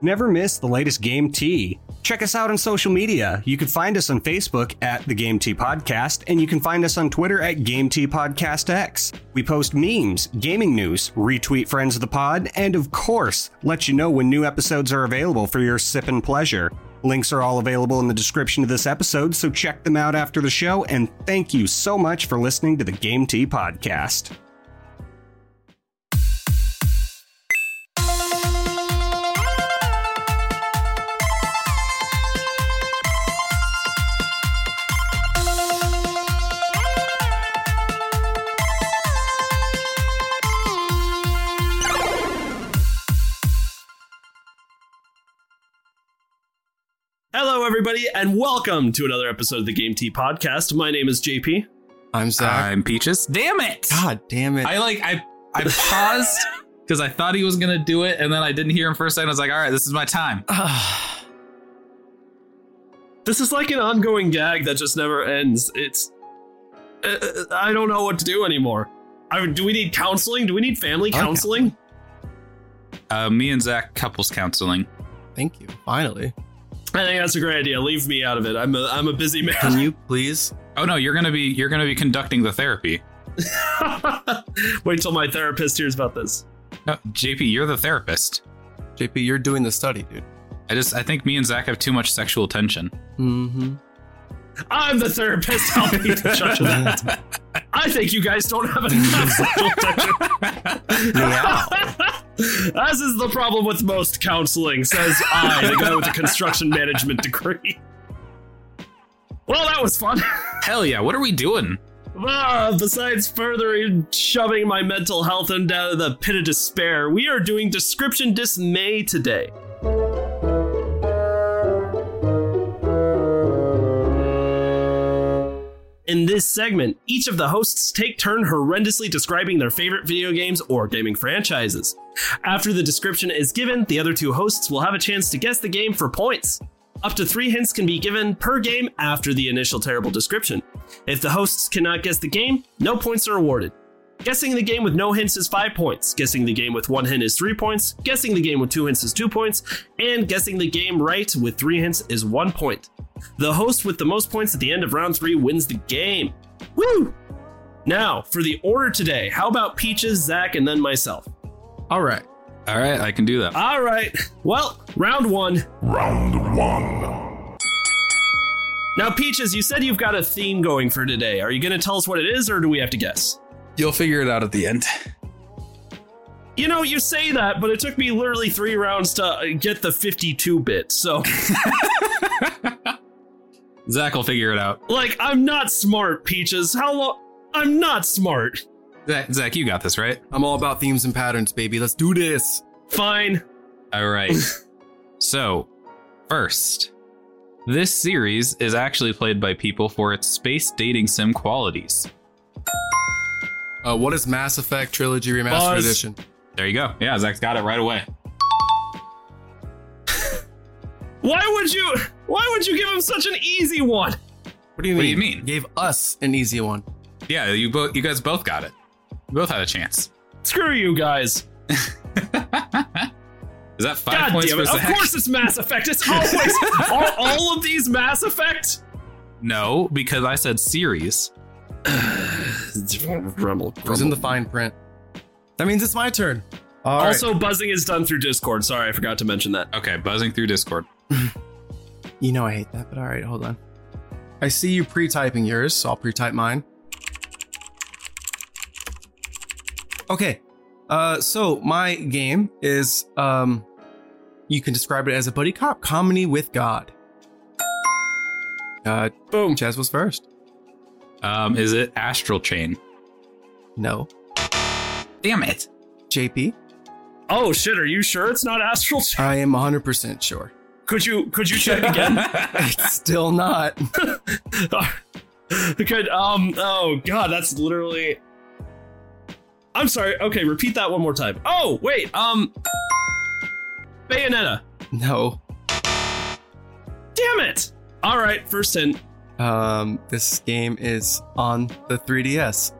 Never miss the latest Game Tea. Check us out on social media. You can find us on Facebook at the Game Tea Podcast, and you can find us on Twitter at Game Tea Podcast X. We post memes, gaming news, retweet friends of the pod, and of course, let you know when new episodes are available for your sip and pleasure. Links are all available in the description of this episode, so check them out after the show, and thank you so much for listening to the Game Tea Podcast. Hello, everybody, and welcome to another episode of the Game T Podcast. My name is JP. I'm Zach. I'm Peaches. Damn it! God damn it. I like I I paused because I thought he was gonna do it, and then I didn't hear him for a second. I was like, all right, this is my time. Ah, This is like an ongoing gag that just never ends. It's uh, I don't know what to do anymore. I, do we need counseling? Do we need family Okay. counseling? Uh, me and Zach couples counseling. thank you. Finally. I think that's a great idea. Leave me out of it. I'm a I'm a busy man. Can you please? Oh no, you're gonna be you're gonna be conducting the therapy. Wait till my therapist hears about this. No, JP, you're the therapist. JP, you're doing the study, dude. I just I think me and Zach have too much sexual tension. Mm-hmm. I'm the therapist. I'll be in charge of that. I think you guys don't have enough sexual tension. Yeah. As is the problem with most counseling, says I, the guy with the construction management degree. Well, that was fun. Hell yeah, what are we doing? Ah, besides further shoving my mental health into the pit of despair, we are doing description dismay today. In this segment, each of the hosts take turn horrendously describing their favorite video games or gaming franchises. After the description is given, the other two hosts will have a chance to guess the game for points. Up to three hints can be given per game after the initial terrible description. If the hosts cannot guess the game, no points are awarded. Guessing the game with no hints is 5 points, guessing the game with 1 hint is 3 points, guessing the game with 2 hints is 2 points, and guessing the game right with 3 hints is 1 point. The host with the most points at the end of round 3 wins the game. Woo! Now, for the order today, how about Peaches, Zach, and then myself? All right. All right, I can do that. All right. Well, round one. Round one. Now, Peaches, you said you've got a theme going for today. Are you going to tell us what it is, or do we have to guess? You'll figure it out at the end. You know, you say that, but it took me literally three rounds to uh, get the 52 bit. So, Zach will figure it out. like, I'm not smart, Peaches. How long? I'm not smart. Zach, Zach, you got this, right? I'm all about themes and patterns, baby. Let's do this. Fine. All right. so, first, this series is actually played by people for its space dating sim qualities. Uh, what is Mass Effect Trilogy Remastered Buzz. Edition? There you go. Yeah, Zach's got it right away. Why would you? Why would you give him such an easy one? What do you What mean? do you mean? Gave us an easy one. Yeah, you both you guys both got it. You both had a chance. Screw you guys. Is that five God points damn for it. Of Zach? course it's Mass Effect. It's always. Are all of these Mass Effect? No, because I said series. Rumble. It was in the fine print. That means it's my turn. All right. also, buzzing is done through Discord. Sorry, I forgot to mention that. Okay, buzzing through Discord. You know I hate that, but all right, hold on. I see you pre-typing yours, so I'll pre-type mine. Okay. Uh, so my game is um, you can describe it as a buddy cop comedy with God. Uh, Boom. Chaz was first. Um, is it Astral Chain? No, Damn it. JP. Oh shit, are you sure it's not Astral? Chain? I am 100% sure. Could you could you check again? It's still not. could um oh god, that's literally I'm sorry. Okay, repeat that one more time. Oh, wait. Um Bayonetta. No. Damn it. All right, first hint. Um, this game is on the 3DS.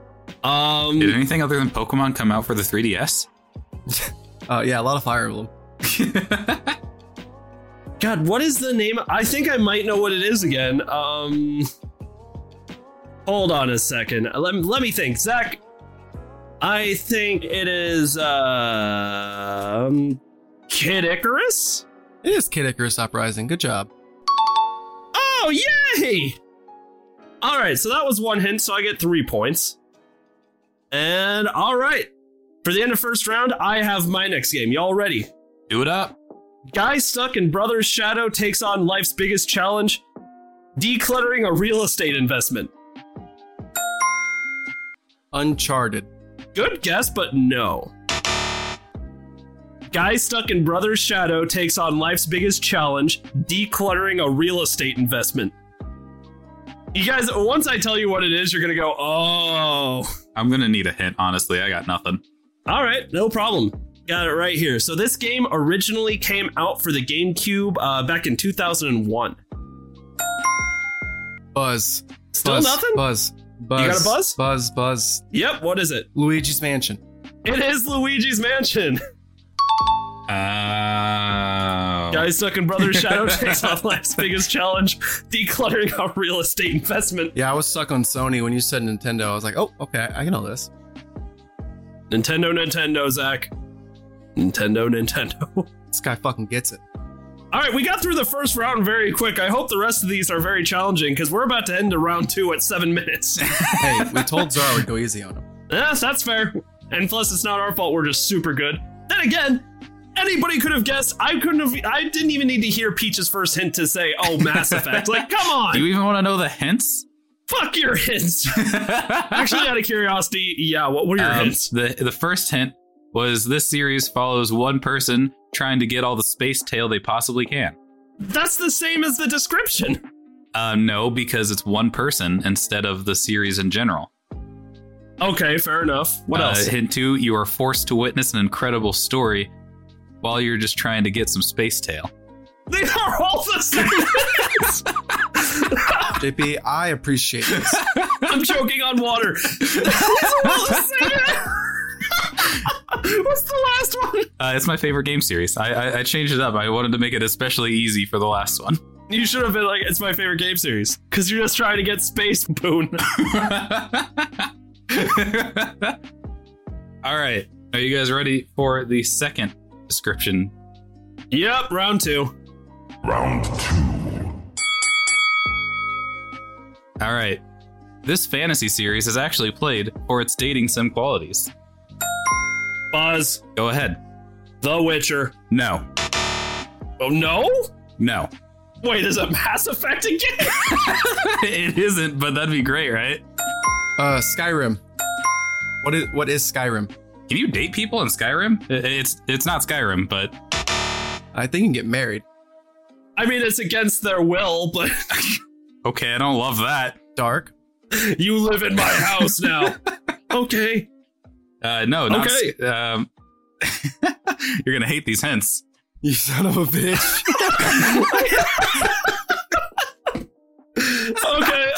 Um Did anything other than Pokemon come out for the 3DS? Uh, yeah, a lot of Fire Emblem. God, what is the name? I think I might know what it is again. Um, hold on a second. Let me, let me think. Zach, I think it is um, Kid Icarus. It is Kid Icarus Uprising. Good job. Oh yay! All right, so that was one hint, so I get three points. And all right, for the end of first round, I have my next game. Y'all ready? Do it up. Guy stuck in Brother's Shadow takes on life's biggest challenge decluttering a real estate investment. Uncharted. Good guess, but no. Guy stuck in Brother's Shadow takes on life's biggest challenge decluttering a real estate investment. You guys, once I tell you what it is, you're going to go, oh. I'm gonna need a hint, honestly. I got nothing. All right, no problem. Got it right here. So this game originally came out for the GameCube uh, back in 2001. Buzz. Still buzz, nothing? Buzz. Buzz. got a buzz? Buzz. Buzz. Yep, what is it? Luigi's Mansion. It is Luigi's Mansion. Oh. Guy stuck in Brother's Shadow takes on life's biggest challenge, decluttering a real estate investment. Yeah, I was stuck on Sony when you said Nintendo. I was like, oh, okay, I can know this. Nintendo, Nintendo, Zach. Nintendo, Nintendo. This guy fucking gets it. All right, we got through the first round very quick. I hope the rest of these are very challenging because we're about to end to round two at seven minutes. Hey, we told Zara we'd go easy on him. Yes, that's fair. And plus, it's not our fault. We're just super good. Then again, anybody could have guessed. I couldn't have. I didn't even need to hear Peach's first hint to say, "Oh, Mass Effect." like, come Do on, you even want to know the hints? fuck your hints. Actually, out of curiosity, yeah. What were your Um, hints? the the first hint was this series follows one person trying to get all the space tail they possibly can. That's the same as the description. Uh, no, because it's one person instead of the series in general. Okay, fair enough. What Uh, else? Hint two: you are forced to witness an incredible story while you're just trying to get some space tail. They are all the same. JP, I appreciate this. I'm choking on water. These are all the same. What's the last one? Uh, it's my favorite game series. I, I I changed it up. I wanted to make it especially easy for the last one. You should have been like, it's my favorite game series. Because you're just trying to get Space Boon. All right. Are you guys ready for the second description? yep, round two. Round two. All right. This fantasy series is actually played for its dating sim qualities. Buzz, Go ahead. The Witcher. No. Oh, no? No. Wait, is it Mass Effect again? it isn't, but that'd be great, right? Uh, Skyrim. What is what is Skyrim? Can you date people in Skyrim? I- It's it's not Skyrim, but I think you can get married. I mean, it's against their will, but okay, I don't love that. Dark. you live in my house now. okay. Uh, no, not Okay. Sk- um, you're gonna hate these hints. You son of a bitch. Okay.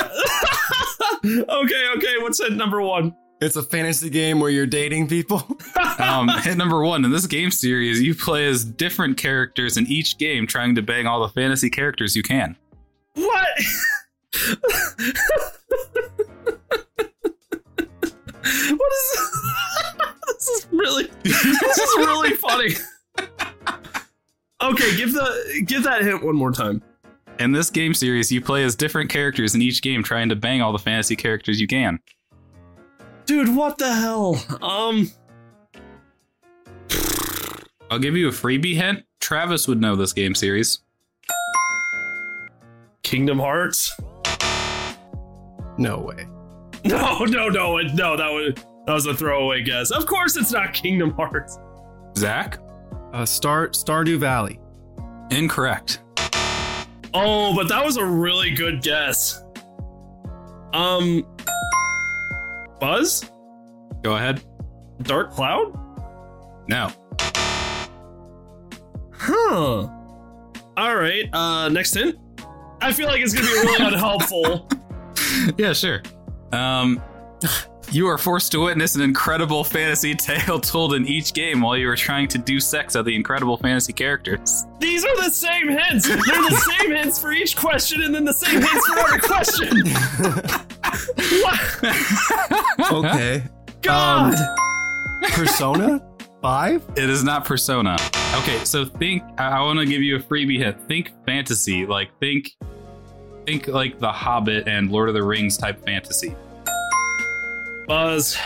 okay, okay. What's at number one? it's a fantasy game where you're dating people. um, hit number one in this game series, you play as different characters in each game, trying to bang all the fantasy characters you can. What? what is this is really this is really funny. Okay, give the give that hint one more time. In this game series, you play as different characters in each game, trying to bang all the fantasy characters you can. Dude, what the hell? Um I'll give you a freebie hint. Travis would know this game series. Kingdom Hearts? No way. No, no, no, it- no, that was that was a throwaway guess. Of course it's not Kingdom Hearts. Zach? Uh, Star Stardew Valley. Incorrect. Oh, but that was a really good guess. Um Buzz? Go ahead. Dark Cloud? No. Huh. All right. Uh, next hint. I feel like it's gonna be really unhelpful. yeah, sure. Um, You are forced to witness an incredible fantasy tale told in each game while you are trying to do sex of the incredible fantasy characters. These are the same hints. They're the same hints for each question, and then the same hints for every question. what? Okay. God. Um, Persona 5? It is not Persona. Okay, so think. I, I want to give you a freebie hint. Think fantasy, like think, think like The Hobbit and Lord of the Rings type fantasy. Buzz.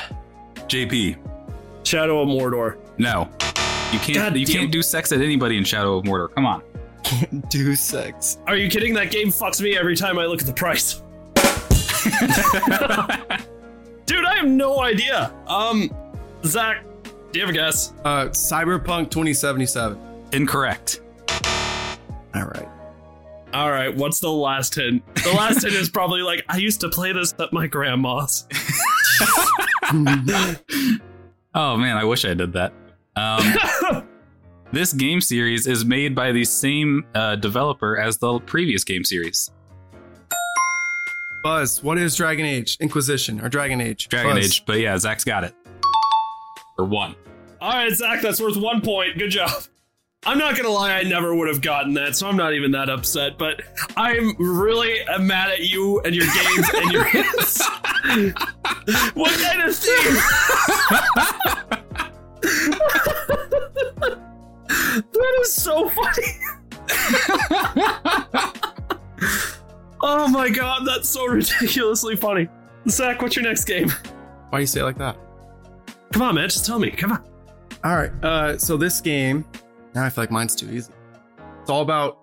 JP, Shadow of Mordor. no, you can't. God you damn- can't do sex at anybody in Shadow of Mordor. Come on. Do sex. Are you kidding? That game fucks me every time I look at the price. Dude, I have no idea. Um, Zach, do you have a guess? Uh, Cyberpunk 2077. Incorrect. All right. All right, what's the last hint? The last hint is probably like I used to play this at my grandma's. Oh man, I wish I did that. Um, this game series is made by the same uh, developer as the previous game series, Buzz, what is Dragon Age? Inquisition or Dragon Age? Dragon Buzz. Age. But yeah, Zach's got it. Or one. All right, Zach, that's worth one point. Good job. I'm not gonna lie, I never would have gotten that, so I'm not even that upset. But I'm really uh, mad at you and your games and your hints. what kind of thing? that is so funny. oh my god, that's so ridiculously funny. Zach, what's your next game? Why do you say it like that? Come on, man, just tell me. Come on. All right. Uh, so this game, now I feel like mine's too easy. It's all about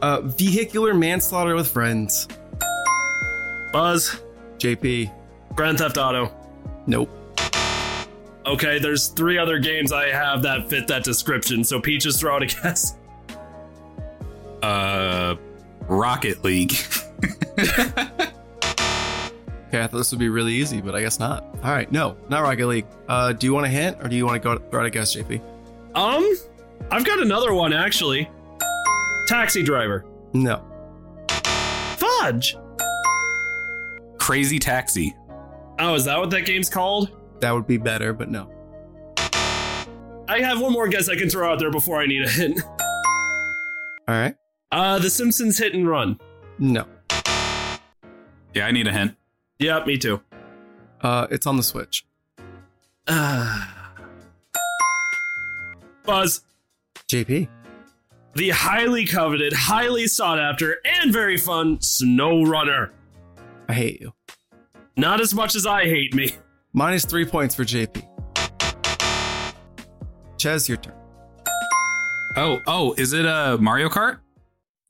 uh, vehicular manslaughter with friends. Buzz. JP. Grand Theft Auto. Nope. Okay, there's three other games I have that fit that description, so Peaches throw out a guess. Uh, Rocket League. Okay, I thought this would be really easy, but I guess not. All right. No, not Rocket League. Uh, do you want a hint or do you want to go throw out a guess, JP? Um, I've got another one actually. Taxi Driver. No. Fudge! Crazy Taxi. Oh, is that what that game's called? That would be better, but no. I have one more guess I can throw out there before I need a hint. All right. Uh, The Simpsons Hit and Run. No. Yeah, I need a hint. Yeah, me too. Uh, it's on the Switch. Uh, Buzz, JP. the highly coveted, highly sought after, and very fun Snow Runner. I hate you. Not as much as I hate me. Minus three points for JP. Ches, your turn. Oh, oh, is it uh, Mario Kart?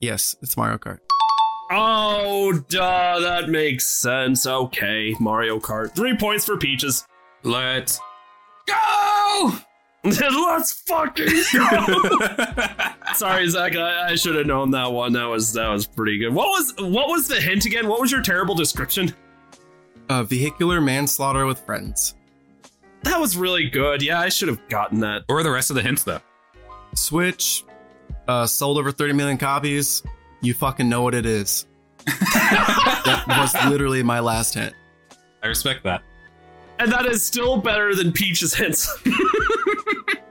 Yes, it's Mario Kart. Oh, duh, that makes sense. Okay, Mario Kart. Three points for Peaches. Let's go. Let's fucking go! Sorry, Zach. I, I should have known that one. That was that was pretty good. What was what was the hint again? What was your terrible description? Uh, vehicular manslaughter with friends. That was really good. Yeah, I should have gotten that. or the rest of the hints though. Switch, uh, sold over 30 million copies. You fucking know what it is. that was literally my last hint. I respect that. And that is still better than Peach's hints.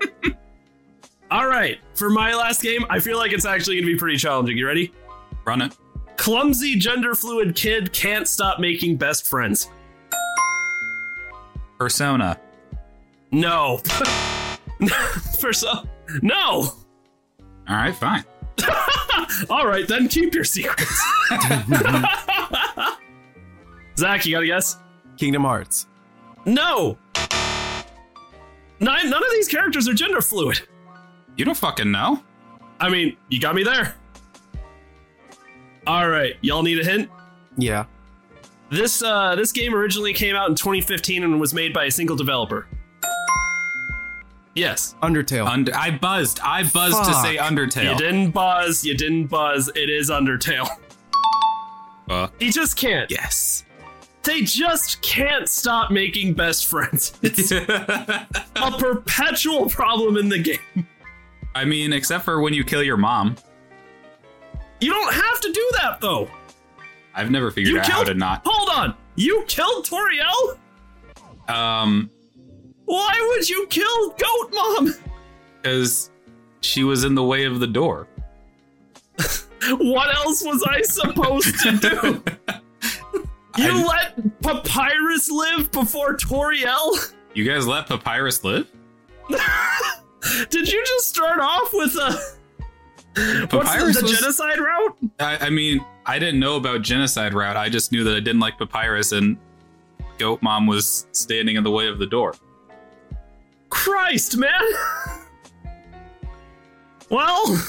All right, for my last game, I feel like it's actually going to be pretty challenging. You ready? Run it. Clumsy gender fluid kid can't stop making best friends. Persona. No. For so No. All right, fine. All right, then keep your secrets. Zach, you got to guess? Kingdom Hearts. No. None, none of these characters are gender fluid. You don't fucking know. I mean, you got me there. All right, y'all need a hint? Yeah. This uh, this game originally came out in 2015 and was made by a single developer. Yes. Undertale. Und- I buzzed. I buzzed to Fuck. say Undertale. You didn't buzz. You didn't buzz. It is Undertale. Fuck. He just can't. Yes. They just can't stop making best friends. It's a perpetual problem in the game. I mean, except for when you kill your mom. You don't have to do that though. I've never figured You out how killed- to not. Hold on. You killed Toriel? Um, Why would you kill Goat Mom? because she was in the way of the door. What else was I supposed to do? You I- let Papyrus live before Toriel? You guys let Papyrus live? Did you just start off with a what's the, Papyrus the was- genocide route? I, I mean, I didn't know about genocide route. I just knew that I didn't like Papyrus and Goat Mom was standing in the way of the door. Christ, man. Well,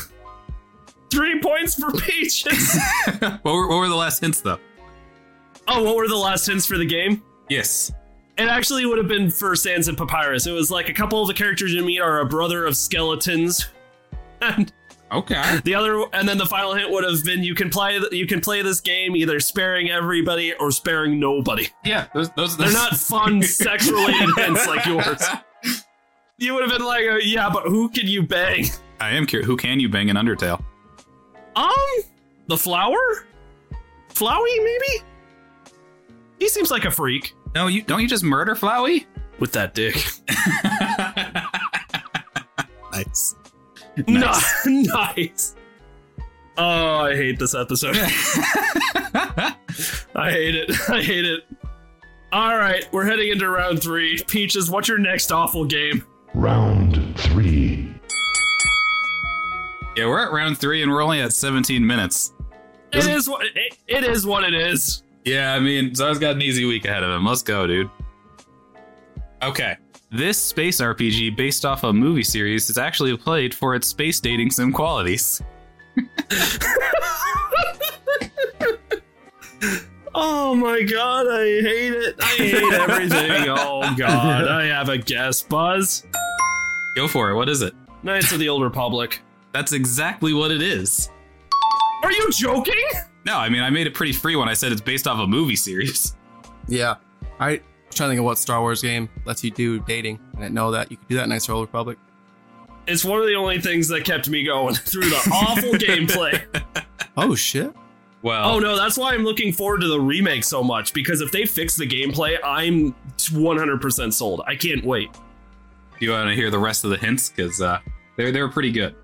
three points for Peaches. what, were, what were the last hints, though? oh, what were the last hints for the game? Yes. It actually would have been for Sans and Papyrus. It was like a couple of the characters you meet are a brother of skeletons. And Okay. the other, and then the final hint would have been you can play you can play this game either sparing everybody or sparing nobody. Yeah. Those, those, They're those- not fun sex related hints like yours. You would have been like, uh, yeah, but who can you bang? I am curious. Who can you bang in Undertale? Um, the flower? Flowey, maybe? He seems like a freak. No, you don't. You just murder Flowey. With that dick. nice. Nice. nice. Oh, I hate this episode. I hate it. I hate it. All right, we're heading into round three. Peaches, what's your next awful game? Round 3. Yeah, we're at round three and we're only at 17 minutes. It is what it, it is. What it is. Yeah, I mean, Zar's got an easy week ahead of him. Let's go, dude. Okay. This space RPG, based off a movie series, is actually played for its space dating sim qualities. Oh my god, I hate it. I hate everything. oh god, I have a guess. Buzz, Go for it. What is it? Knights of the Old Republic. That's exactly what it is. Are you joking? No, I mean, I made it pretty free when I said it's based off a movie series. Yeah. I was trying to think of what Star Wars game lets you do dating. I didn't know that. You could do that in Knights of the Old Republic. It's one of the only things that kept me going through the awful gameplay. Oh, shit. Well, Oh no, that's why I'm looking forward to the remake so much because if they fix the gameplay, I'm 100% sold. I can't wait. you want to hear the rest of the hints? Because uh, they're, they're pretty good.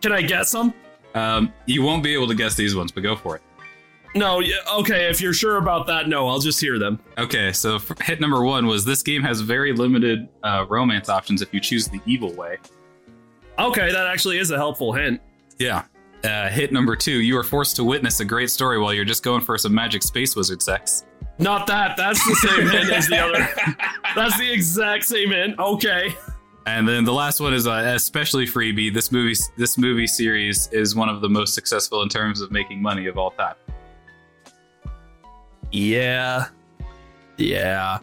Can I guess them? Um, you won't be able to guess these ones, but go for it. No, yeah, okay, if you're sure about that, no, I'll just hear them. Okay, so f- hit number one was this game has very limited uh, romance options if you choose the evil way. Okay, that actually is a helpful hint. Yeah. Uh, hit number two, you are forced to witness a great story while you're just going for some magic space wizard sex. Not that, that's the same hint as the other. That's the exact same hint. Okay. And then the last one is uh, especially freebie. This movie, this movie series is one of the most successful in terms of making money of all time. Yeah. Yeah.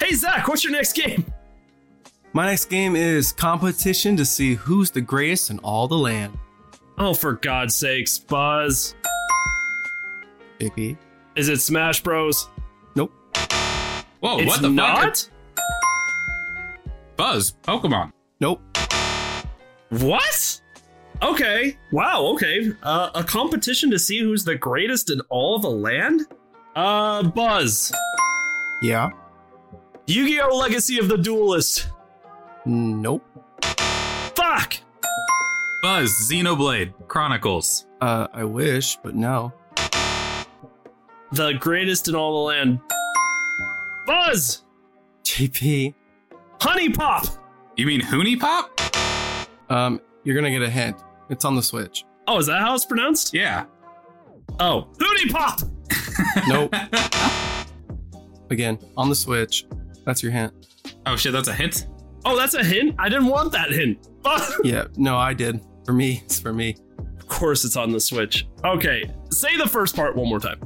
Hey Zach, what's your next game? My next game is competition to see who's the greatest in all the land. Oh, for God's sakes, Buzz. JP. Is it Smash Bros? Whoa, it's Oh, what the not? fuck? Buzz, Pokemon. Nope. What? Okay. Wow. Okay. Uh, a competition to see who's the greatest in all the land? Uh, Buzz. Yeah. Yu Gi Oh! Legacy of the Duelist. Nope. Fuck! Buzz, Xenoblade, Chronicles. Uh, I wish, but no. The greatest in all the land. Buzz! JP. Honey Pop! You mean Hoonie Pop? Um, you're gonna get a hint. It's on the Switch. Oh, is that how it's pronounced? Yeah. Oh, Honey Pop! Nope. Again, on the Switch. That's your hint. Oh shit, that's a hint. Oh, that's a hint? I didn't want that hint. Fuck! Yeah. No, I did. For me, it's for me. Of course it's on the Switch. Okay, say the first part one more time.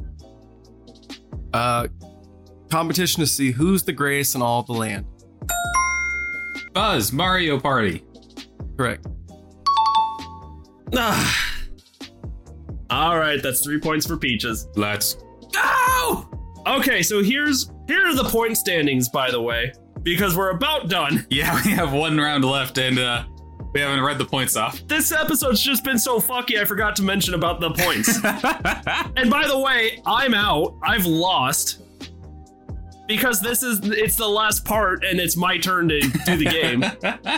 Uh, competition to see who's the greatest in all the land. Buzz, Mario Party. Correct. Ah. All right, that's three points for Peaches. Let's No. Okay, so here's here are the point standings, by the way, because we're about done. Yeah, we have one round left, and uh, we haven't read the points off. This episode's just been so fucky. I forgot to mention about the points. and by the way, I'm out. I've lost. because this is it's the last part and it's my turn to do the game.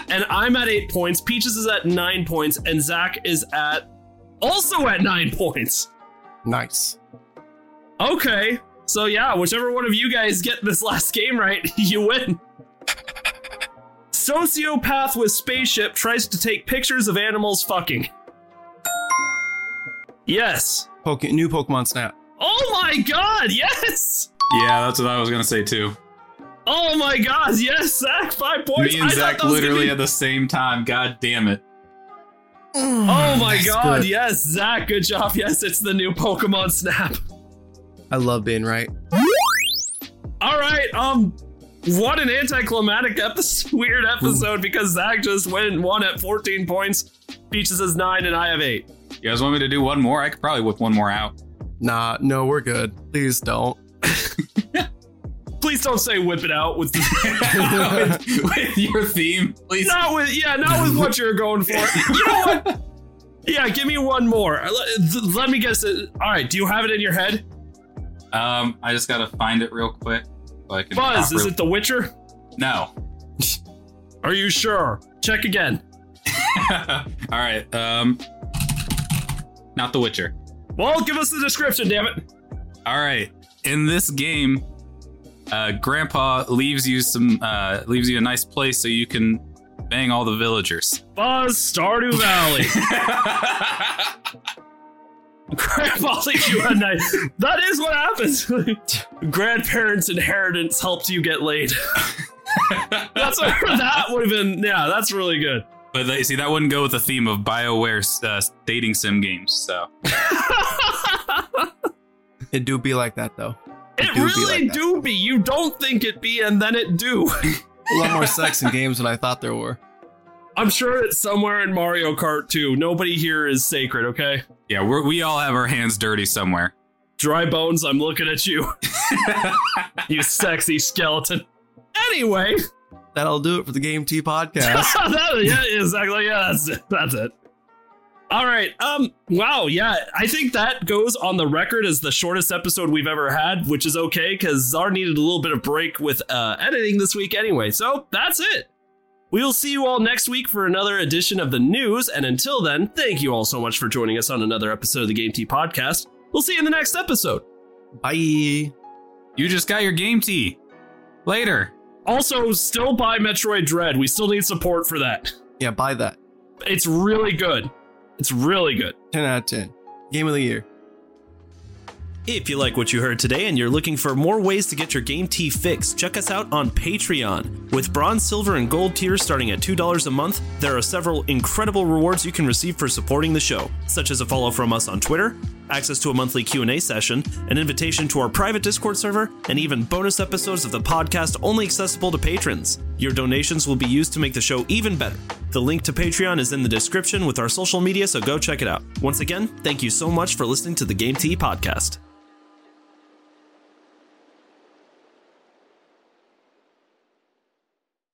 and I'm at eight points, Peaches is at nine points, and Zach is at also at nine points. Nice. Okay. So yeah, whichever one of you guys get this last game right, you win. Sociopath with spaceship tries to take pictures of animals fucking. Yes. Poke- new Pokemon Snap. Oh my god, yes! yeah, that's what I was gonna say too. Oh my god, yes, Zach, five points. Me and I thought Zach that was gonna literally be- at the same time. God damn it! Oh my That's god, good. yes, Zach, good job. Yes, it's the new Pokemon Snap. I love being right. All right, um, what an anticlimactic episode, weird episode because Zach just went and won at 14 points. Peaches is nine and I have eight. You guys want me to do one more? I could probably whip one more out. Nah, no, we're good. Please don't. Please don't say whip it out with the. with, with your theme, please. not with yeah, not with what you're going for. You know what? Yeah, give me one more. Uh, Let, th- let me guess. It. All right, do you have it in your head? Um, I just gotta find it real quick. So I can Buzz, is properly- it The Witcher? no? Are you sure? Check again. All right. Um, not The Witcher. Well, give us the description, damn it. All right. In this game, uh, Grandpa leaves you some uh, leaves you a nice place so you can bang all the villagers. Buzz, Stardew Valley. Grandpa leaves you at night. That is what happens. Grandparents' inheritance helped you get laid. That's what, that would have been. Yeah, that's really good. but they, see, that wouldn't go with the theme of Bioware uh, dating sim games. So It do be like that though. It do be really like that. do be. You don't think it be, and then it do. A lot more sex in games than I thought there were. I'm sure it's somewhere in Mario Kart 2. Nobody here is sacred, okay? yeah, we're, we all have our hands dirty somewhere. Dry bones, I'm looking at you. you sexy skeleton. Anyway, That'll do it for the Game T podcast. that, yeah, exactly. Yeah, that's it. That's it. All right. Um. Wow. Yeah. I think that goes on the record as the shortest episode we've ever had, which is okay because Czar needed a little bit of break with uh, editing this week anyway. So that's it. We will see you all next week for another edition of the news. And until then, thank you all so much for joining us on another episode of the Game T Podcast. We'll see you in the next episode. Bye. You just got your game tea. Later. Also, still buy Metroid Dread. We still need support for that. Yeah, buy that. It's really good. It's really good. 10 out of 10. Game of the year. If you like what you heard today and you're looking for more ways to get your game tea fixed, check us out on Patreon. With bronze, silver, and gold tiers starting at $2 a month, there are several incredible rewards you can receive for supporting the show, such as a follow from us on Twitter, access to a monthly Q&A session, an invitation to our private Discord server, and even bonus episodes of the podcast only accessible to patrons. Your donations will be used to make the show even better. The link to Patreon is in the description with our social media, so go check it out. Once again, thank you so much for listening to the Game Tea podcast.